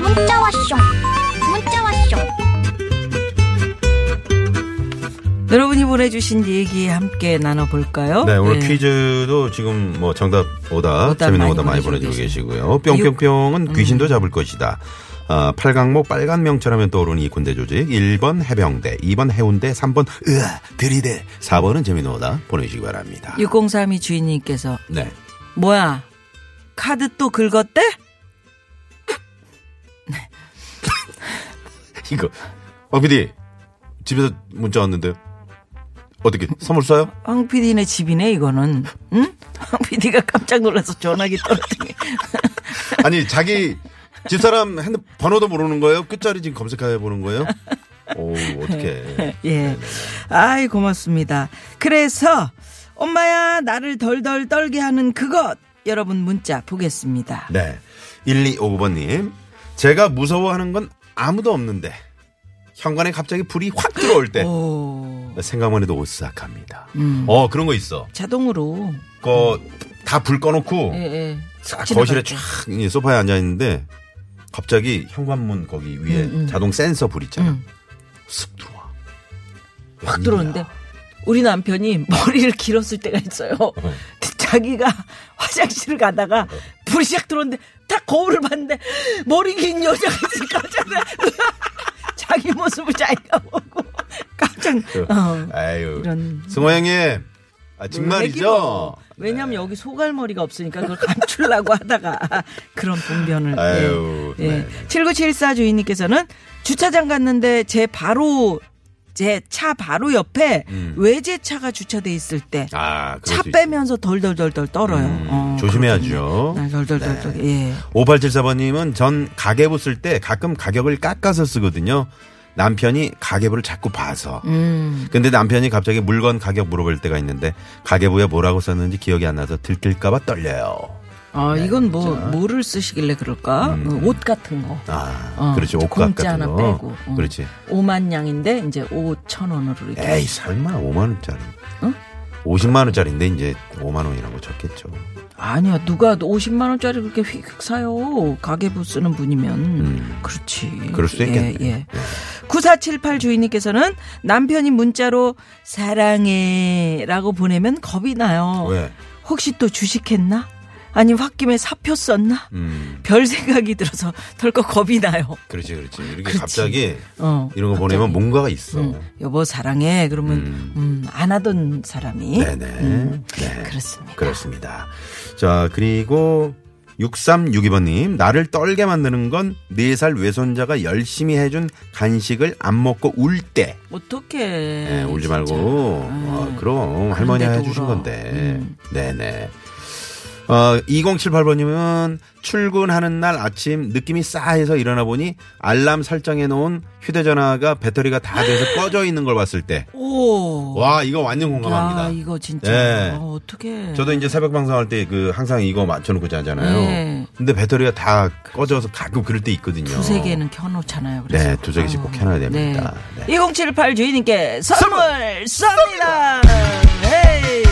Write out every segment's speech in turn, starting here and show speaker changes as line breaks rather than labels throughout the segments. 문자 왔쇼 문자 왔쇼
여러분이 보내주신 얘기 함께 나눠볼까요?
네, 오늘 퀴즈도 지금 뭐 정답 오다,
오답
재밌는
많이
오다 많이
어, 보내주고
보내주고 계시고요. 뿅뿅뿅은 귀신도 잡을 것이다. 아, 팔강목 빨간 명찰하면 떠오르는 이 군대 조직. 1번 해병대, 2번 해운대, 3번 으아, 들이대, 4번은 재밌는 오다 보내주시기 바랍니다.
6032 주인님께서
네.
뭐야 카드 또 긁었대?
이거. 어, PD. 집에서 문자 왔는데. 어떻게, 선물 쏴요?
황 PD네 집이네 이거는 응? 황 PD가 깜짝 놀라서 전화기 떨어뜨리
아니, 자기 집사람 핸드 번호도 모르는 거예요? 끝자리 지금 검색해 보는 거예요? 오, 어떡해.
예. 아이 고맙습니다 그래서 엄마야 나를 덜덜 떨게 하는 그것 여러분 문자 보겠습니다
네. 1255번님. 제가 무서워하는 건 아무도 없는데, 현관에 갑자기 불이 확 들어올 때,
오
생각만 해도 오싹합니다.
음.
어, 그런 거 있어.
자동으로
그, 다 불 꺼놓고,
예, 예.
쫙
지나갈
거실에
때.
쫙 이 소파에 앉아있는데, 갑자기 현관문 거기 위에 자동 센서 불 있잖아.
음.
쓱 들어와.
확 들어오는데 우리 남편이 머리를 길었을 때가 있어요. 자기가 화장실을 가다가 불이 시작 들어오는데 딱 거울을 봤는데 머리 긴 여자가 있으니까 깜짝 놀라- 자기 모습을 자기가 보고 깜짝 어.
아유.
이런. 네,
승호 형님. 아,
놀라기로.
정말이죠?
왜냐면 여기 소갈머리가 없으니까 그걸 감추려고 하다가 그런 분변을. 네.
아유,
예. 예.
네.
7974 주인님께서는 주차장 갔는데 제 바로 제 차 바로 옆에 외제차가 주차돼 있을 때 차
음. 아, 그럴 수 있-
빼면서 덜덜덜덜 떨어요.
음,
어, 그렇겠네.
조심해야죠.
날 덜덜덜덜. 예.
5874번님은 전 가계부 쓸 때 가끔 가격을 깎아서 쓰거든요. 남편이 가계부를 자꾸 봐서.
음.
근데 남편이 갑자기 물건 가격 물어볼 때가 있는데 가계부에 뭐라고 썼는지 기억이 안 나서 들킬까봐 떨려요.
아
네,
이건 뭐 뭐를 쓰시길래 그럴까?
음.
어, 옷 같은 거.
아,
어,
그렇지. 옷값
공짜
같은
하나
거.
빼고. 어.
그렇지.
5만 양인데 이제 5천 원으로 이렇게.
에이, 설마 5만원짜리.
어?
50만원짜리인데 이제 5만원이라고 쳤겠죠.
아니야 누가 50만 원짜리 그렇게 휙휙 사요 가계부 쓰는 분이면 그렇지
음. 그럴 수 있겠네.
예, 예. 9478 주인님께서는 남편이 문자로 사랑해라고 보내면 겁이 나요
왜?
혹시 또 주식했나 아니면 홧김에 사표 썼나
음,
별 생각이 들어서 덜컥 겁이 나요
그렇지, 그렇지. 이렇게
그렇지. 음.
갑자기
어
이런 거 보내면 뭔가가 있어.
여보 사랑해 그러면
음.
음, 안 하던 사람이
네네.
음,
네.
그렇습니다
그렇습니다. 자, 그리고 6362번님, 나를 떨게 만드는 건 4살 외손자가 열심히 해준 간식을 안 먹고 울 때.
어떻게
네, 울지 말고. 어, 그럼 할머니가
음, 그런데도
해주신
울어.
건데.
음.
네네. 어, 2078번님은 출근하는 날 아침 느낌이 싸해서 일어나 보니 알람 설정해 놓은 휴대전화가 배터리가 다 돼서 꺼져 있는 걸 봤을 때.
오.
와, 이거 완전 공감합니다.
야, 이거 진짜.
예.
어, 어떻게.
저도 이제 새벽 방송할 때 그 항상 이거 맞춰놓고 자잖아요.
네. 그렇죠.
근데 배터리가 다 꺼져서 가끔 그럴 때 있거든요.
두세 개는 켜놓잖아요. 그래서.
네, 두세 개씩 꼭 해놔야 됩니다. 네.
2078 주인님께 선물 쏩니다. 에이.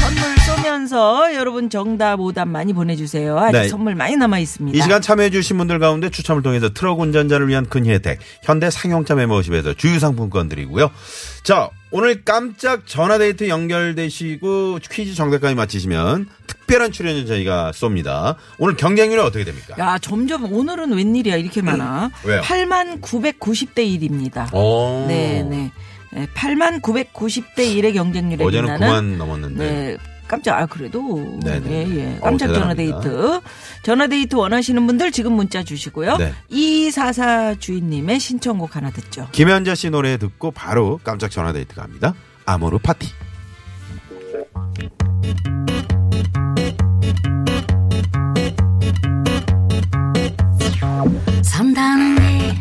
선물 쏘면서 여러분 정답 오답 많이 보내주세요. 아직
네.
선물 많이 남아 있습니다.
이 시간 참여해주신 분들 가운데 추첨을 통해서 트럭 운전자를 위한 큰 혜택, 현대 상용차 멤버십에서 주유상품권 드리고요. 자, 오늘 깜짝 전화데이트 연결되시고 퀴즈 정답까지 맞히시면 특별한 출연을 저희가 쏩니다. 오늘 경쟁률이 어떻게 됩니까?
야 점점 오늘은 웬일이야 이렇게 많아.
왜요? 어.
8만 990대 1입니다.
오.
네네. 8만 990대 1의 경쟁률에
어제는
빛나는
9만 넘었는데.
네. 깜짝 아 그래도
네네.
예예
어우,
깜짝 전화
대단합니다.
데이트 전화 데이트 원하시는 분들 지금 문자 주시고요
네.
2244 주인님의 신청곡 하나 듣죠
김현자 씨 노래 듣고 바로 깜짝 전화 데이트 갑니다. 아모르 파티.
산다는 게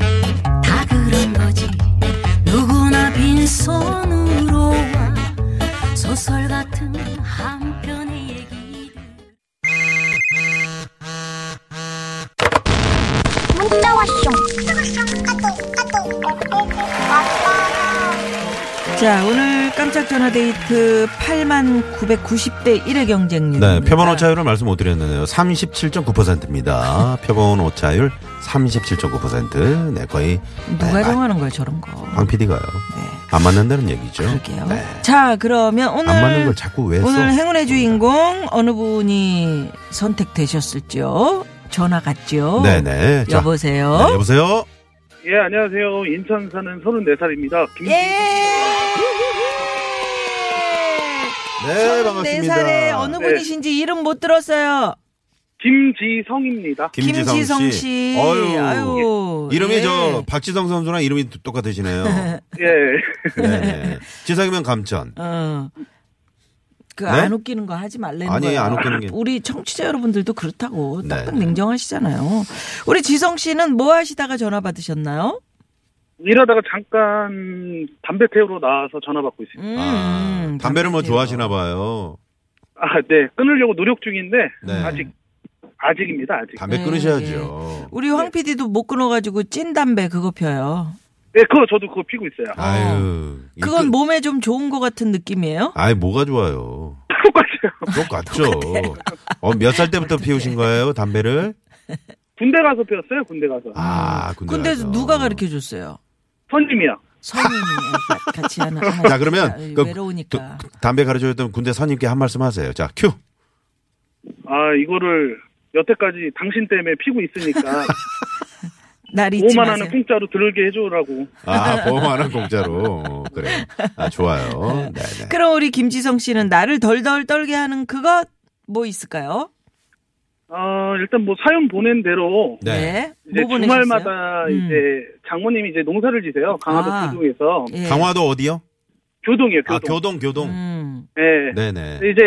다 그런 거지 누구나 빈손으로 와 소설 같은 한편의 얘기를
왔쇼. 까똑, 까똑.
자, 오늘 깜짝 전화 데이트 8만 990대 1의 경쟁률.
네, 표본 오차율을 말씀 못 드렸는데요. 37.9%입니다. 표본 오차율 37.9%. 네, 거의
누가
네,
정하는 거예요, 저런 거. 네,
황 PD가요. 안 맞는다는 얘기죠.
그러게요.
네.
자, 그러면 오늘
안 맞는 걸 자꾸 왜 써?
오늘 행운의 주인공 어느 분이 선택되셨을지요? 전화 갔죠?
네네. 자,
여보세요.
네, 여보세요.
예, 안녕하세요. 인천 사는 34살입니다.
예!
김...
네, 반갑습니다.
4살에 어느
네.
분이신지 이름 못 들었어요.
김지성입니다.
김지성 씨.
어유.
아유.
이름이
예.
저 박지성 선수랑 이름이 똑같으시네요.
예.
네네. 지성이면 감천.
어. 그
네?
안 웃기는 거 하지 말라는
아니,
거예요.
안 웃기는 게-
우리 청취자 여러분들도 그렇다고
네.
딱딱 냉정하시잖아요. 우리 지성 씨는 뭐 하시다가 전화 받으셨나요?
일하다가 잠깐 담배 태우러 나와서 전화 받고 있습니다.
음,
아, 담배를 뭐 좋아하시나 봐요.
아, 네. 끊으려고 노력 중인데
네.
아직 아직입니다. 아직.
담배
네.
끊으셔야죠.
우리 황 PD도 못 끊어가지고 찐 담배 그거 펴요.
네, 그거 저도 그거 피고 있어요.
아유. 이
그건 뭐-
끊-
몸에 좀 좋은 것 같은 느낌이에요.
아이, 뭐가 좋아요.
똑같아요.
똑같죠. 어, 몇 살 때부터 피우신 거예요, 담배를?
군대 가서 피웠어요. 군대 가서.
아, 군대
음. 근데
가서.
누가 가르쳐 줬어요?
선임이요.
선생님이 같이 하는.
자, 그러면 그
외로우니까.
두- 담배 가르쳐줬던 군대 선임께 한 말씀 하세요. 자, 큐.
아, 이거를 여태까지 당신 때문에 피고 있으니까
날 잊지
5만
마세요.
원은 공짜로 들게 해주라고.
아, 보험하는 공짜로. 어, 그래. 아, 좋아요. 네네.
그럼 우리 김지성 씨는 나를 덜덜 떨게 하는 그것 뭐 있을까요?
아, 일단 뭐 사연 보낸 대로
네.
이제
뭐 보내셨어요?
주말마다
음.
이제 장모님이 이제 농사를 지세요. 강화도
아.
교동에서
예.
강화도 어디요?
교동이에요. 교동.
아, 교동, 교동.
음.
예.
네네.
이제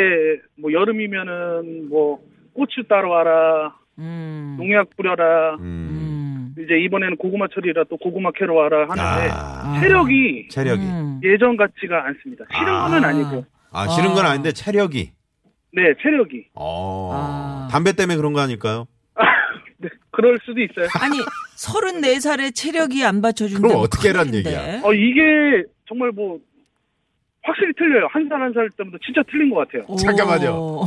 뭐 여름이면은 뭐 고추 따러 와라,
음.
농약 뿌려라.
음.
음.
이제 이번에는 고구마 철이라 또 고구마 캐러 와라 하는데
아,
체력이
체력이.
음.
예전 같지가 않습니다. 싫은
아.
거는 아니고,
아, 싫은 건
아.
아닌데 체력이.
네 체력이
어.
아.
담배 때문에 그런 거 아닐까요?
네, 그럴 수도 있어요.
아니 34살에 체력이 안 받쳐준다.
그럼 어떻게 하란 얘기야?
어 이게 정말 뭐 확실히 틀려요. 한 살 한 살 때부터 진짜 틀린 것 같아요.
어,
잠깐만요.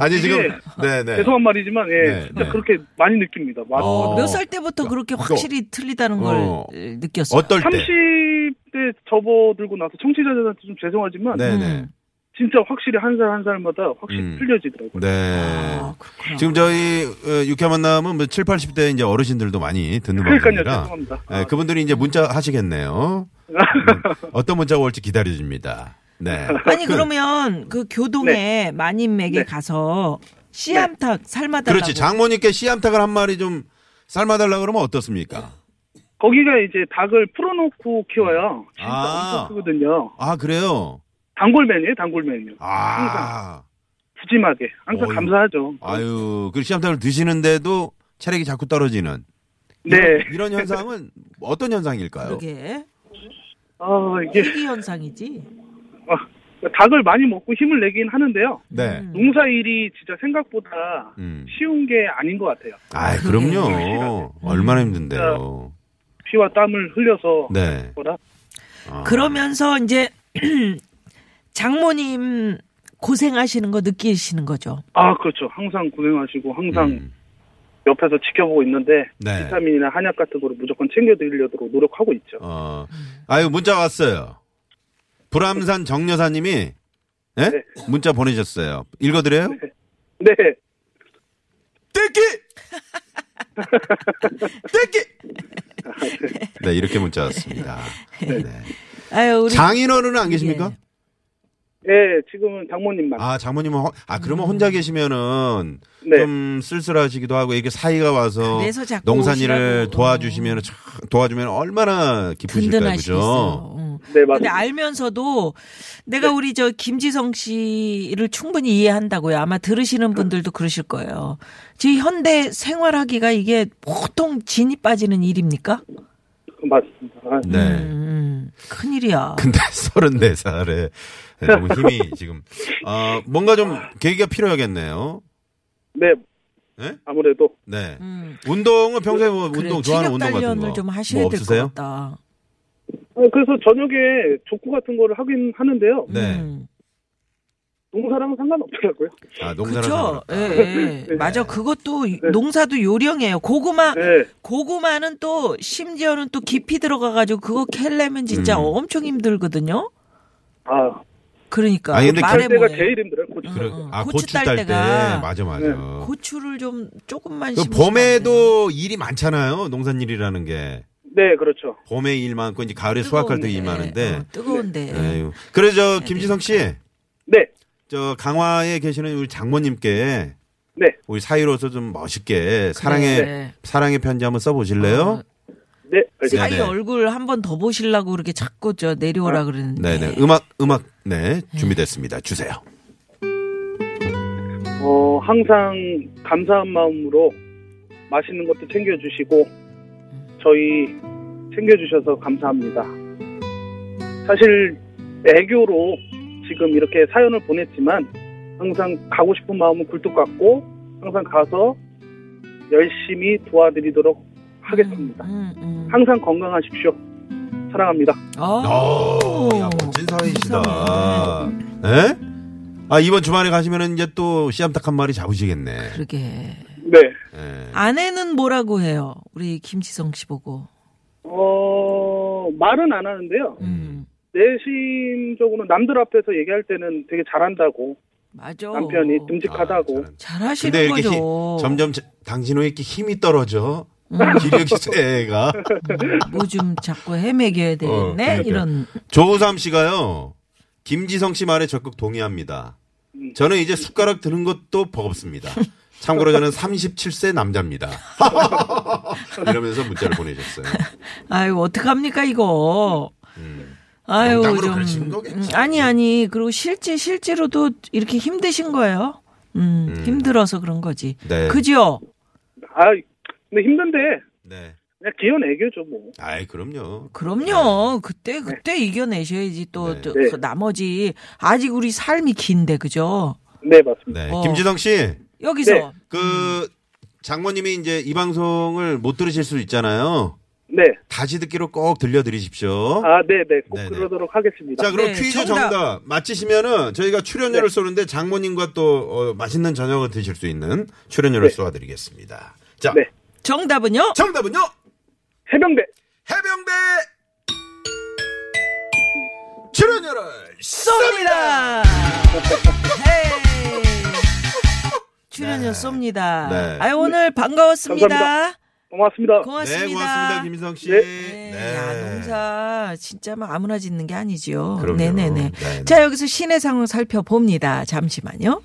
아니, 지금. 네네.
죄송한 말이지만 예
네,
진짜
네.
그렇게 많이 느낍니다. 많이.
어.
몇 살 때부터 그렇게 확실히 틀리다는 걸
어.
느꼈어요?
어떨 때?
30대 접어들고 나서 청취자들한테 좀 죄송하지만
네네.
음.
진짜 확실히 한 살 한 살마다 확실히
음.
틀려지더라고요.
네.
아, 그렇구나.
지금 저희 어, 육회 만남은 뭐 7, 80대 이제 어르신들도 많이 듣는
그러니까요,
뭐,
방송이라
죄송합니다.
아.
예, 그분들이 이제 문자 하시겠네요. 음, 어떤 문자가 올지 기다려집니다. 네.
아니 그러면 그 교동에 마님에게
네.
가서 씨암탉 삶아달라고.
그렇지. 장모님께 씨암탉을 한 마리 좀 삶아달라 그러면 어떻습니까?
거기가 이제 닭을 풀어놓고 키워요. 진짜
아.
엄청 크거든요.
아 그래요.
단골 메뉴예요, 단골 메뉴.
그러니까.
아
푸짐하게. 항상
어이.
감사하죠.
아유 그 씨암탉을 드시는데도 체력이 자꾸 떨어지는
네.
이런 현상은 어떤 현상일까요?
그게
아, 이게
희귀 현상이지.
아, 닭을 많이 먹고 힘을 내긴 하는데요.
네.
음.
농사 일이 진짜 생각보다
음.
쉬운 게 아닌 것 같아요.
아 그럼요.
음.
얼마나 힘든데요.
피와 땀을 흘려서
네.
거라.
아.
그러면서 이제 장모님 고생하시는 거 느끼시는 거죠.
아, 그렇죠. 항상 고생하시고 항상
음.
옆에서 지켜보고 있는데
네.
비타민이나 한약 같은 거를 무조건 챙겨드리려고 노력하고 있죠.
어. 아유, 문자 왔어요. 불암산 정여사님이, 예? 문자 보내셨어요. 읽어드려요?
네,
떼끼! 떼끼! 네, 이렇게 문자 왔습니다. 네.
아유 우리
장인어른은 안 계십니까?
예.
예, 지금은 장모님만.
아, 장모님은, 허- 아, 그러면
음.
혼자 계시면은
네.
좀 쓸쓸하시기도 하고, 이게 사이가 와서
아, 그래서 자꾸
농산 일을
오시라고.
도와주시면, 도와주면 얼마나 기쁘실까요, 그죠?
든든하시겠어요. 응.
네,
근데
맞습니다.
알면서도 내가 우리 저 김지성 씨를 충분히 이해한다고요. 아마 들으시는 분들도 그러실 거예요. 지금 현대 생활하기가 이게 보통 진이 빠지는 일입니까?
맞습니다. 아,
네.
음, 큰일이야.
근데 34살에 네, 너무 힘이 지금 아 뭔가 좀 계기가 필요하겠네요.
네,
예?
아무래도
네.
음.
운동은 평소에 뭐
그래,
운동 좋아하는
체력
운동 같은 거.
단련을 좀 하셔야
뭐
될 것
없으세요?
같다.
어, 그래서 저녁에 족구 같은 거를 하긴 하는데요.
네.
음.
농사랑은 상관없더라고요.
아, 농사를
그쵸? 예, 예. 맞아. 그것도 농사도 요령이에요. 고구마
네.
고구마는 또 심지어는 또 깊이 들어가가지고 그거 캘려면 진짜
음.
엄청 힘들거든요.
아,
그러니까
아니, 근데
말해
그때가
뭐해.
제일 힘들어요. 고추.
그래.
응, 응.
아,
음, 고추
고추
딸
딸 때.
때가.
맞아, 맞아.
네.
고추를 좀 조금만
그
심으시면 안 돼요.
봄에도 일이 많잖아요. 농산일이라는 게.
네, 그렇죠.
봄에 일 많고, 이제 가을에 수확할 때 일 많은데. 네,
어, 네. 뜨거운데
에휴. 그래서 저 김지성 씨,
네,
저 강화에 계시는 우리 장모님께
네.
우리 사이로서 좀 멋있게
네.
사랑의, 사랑의 편지 한번
아,
써보실래요?
네, 알겠습니다.
사이
네네. 아,
얼굴 한 번 더 보시려고 그렇게 자꾸 저 내려오라 그러는데
네네. 음악, 음악, 네. 준비됐습니다. 주세요.
어, 항상 감사한 마음으로 맛있는 것도 챙겨주시고, 저희 챙겨주셔서 감사합니다. 사실, 애교로 지금 이렇게 사연을 보냈지만, 항상 가고 싶은 마음은 굴뚝 같고, 항상 가서 열심히 도와드리도록 하겠습니다.
음, 음.
항상 건강하십시오. 사랑합니다.
어,
어.
야, 멋진 사이시다.
네.
예? 아, 이번 주말에 가시면은 이제 또 씨암탉 한 마리 잡으시겠네.
그러게
네.
예.
아내는 뭐라고 해요? 우리 김지성 씨 보고
어, 말은 안 하는데요.
음.
내심적으로 남들 앞에서 얘기할 때는 되게 잘한다고
맞아
남편이 듬직하다고
아, 잘한다. 근데
잘하시는
이렇게 힘,
거죠.
점점 자- 당신 왜 이렇게 힘이 떨어져?
음.
기력이 세가.
뭐 좀 자꾸 헤매겨야
어,
되겠네
그러니까.
이런
조우삼 씨가요. 김지성 씨 말에 적극 동의합니다. 저는 이제 숟가락 드는 것도 버겁습니다. 참고로 저는 37세 남자입니다. 이러면서 문자를 보내셨어요.
아유 어떡합니까 이거
음.
아유
농담으로
좀
그러신 거겠지.
음, 아니 아니 그리고 실제 실제로도 이렇게 힘드신 거예요 음,
음.
힘들어서 그런 거지
네.
그죠
아 근데 힘든데
네.
그냥 귀여운 애교죠 뭐
아이, 그럼요.
그럼요 그때 그때 이겨내셔야지 또,
네.
또
네.
그 나머지 아직 우리 삶이 긴데 그죠
네, 맞습니다
네.
어.
김지성 씨,
여기서
네.
그 장모님이 이제 이 방송을 못 들으실 수 있잖아요. 다시 듣기로 꼭 들려드리십시오.
네. 네아네네꼭
네, 네.
그러도록 하겠습니다
자, 그럼
네,
퀴즈
정답.
정답. 맞히시면은 저희가 출연료를
네.
쏘는데 장모님과 또 어, 맛있는 저녁을 드실 수 있는 출연료를
네.
쏘아드리겠습니다. 자,
네.
정답은요
정답은요?
해병대
해병대 출연료를 네,
쏩니다. 헤이. 출연료
네.
쏩니다.
네.
아유 오늘 반가웠습니다.
감사합니다. 고맙습니다
고맙습니다.
네, 고맙습니다, 김인성 씨.
네.
네, 야, 농사 진짜 막 아무나 짓는 게 아니지요.
그럼요.
네네네.
네,
자 여기서 시내 상황 살펴봅니다. 잠시만요.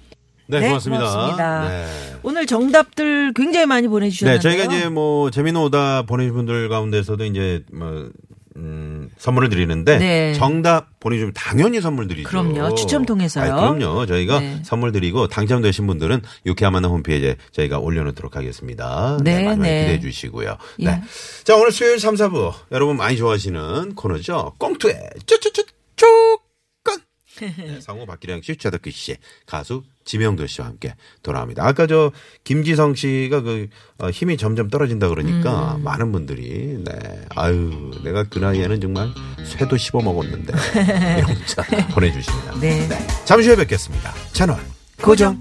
네,
네,
고맙습니다.
고맙습니다.
네.
오늘 정답들 굉장히 많이
네,
보내주셨는데요.
저희가 이제 뭐 재미있는 오다 보내주신 분들 가운데서도 이제 뭐 음, 선물을 드리는데
네.
정답 보내주면 당연히 선물 드리죠.
그럼요. 추첨 통해서요.
아이, 그럼요. 저희가
네.
선물 드리고 당첨되신 분들은 유쾌한 만남 홈페이지에 저희가 올려놓도록 하겠습니다. 네,
네,
많이 많이
네.
기대해 주시고요.
예.
네. 자, 오늘 수요일 3, 4부 여러분 많이 좋아하시는 코너죠. 꽁투의 쪼쪼쪼쪼건 네, 상호 박기량 씨, 최덕기 씨, 가수 지명도 씨와 함께 돌아옵니다. 아까 저 김지성 씨가 그 어, 힘이 점점 떨어진다 그러니까
음.
많은 분들이 네 아유 내가 그 나이에는 정말 쇠도 씹어 먹었는데 이런 문자 보내주십니다.
네.
잠시 후에 뵙겠습니다. 채널
고정.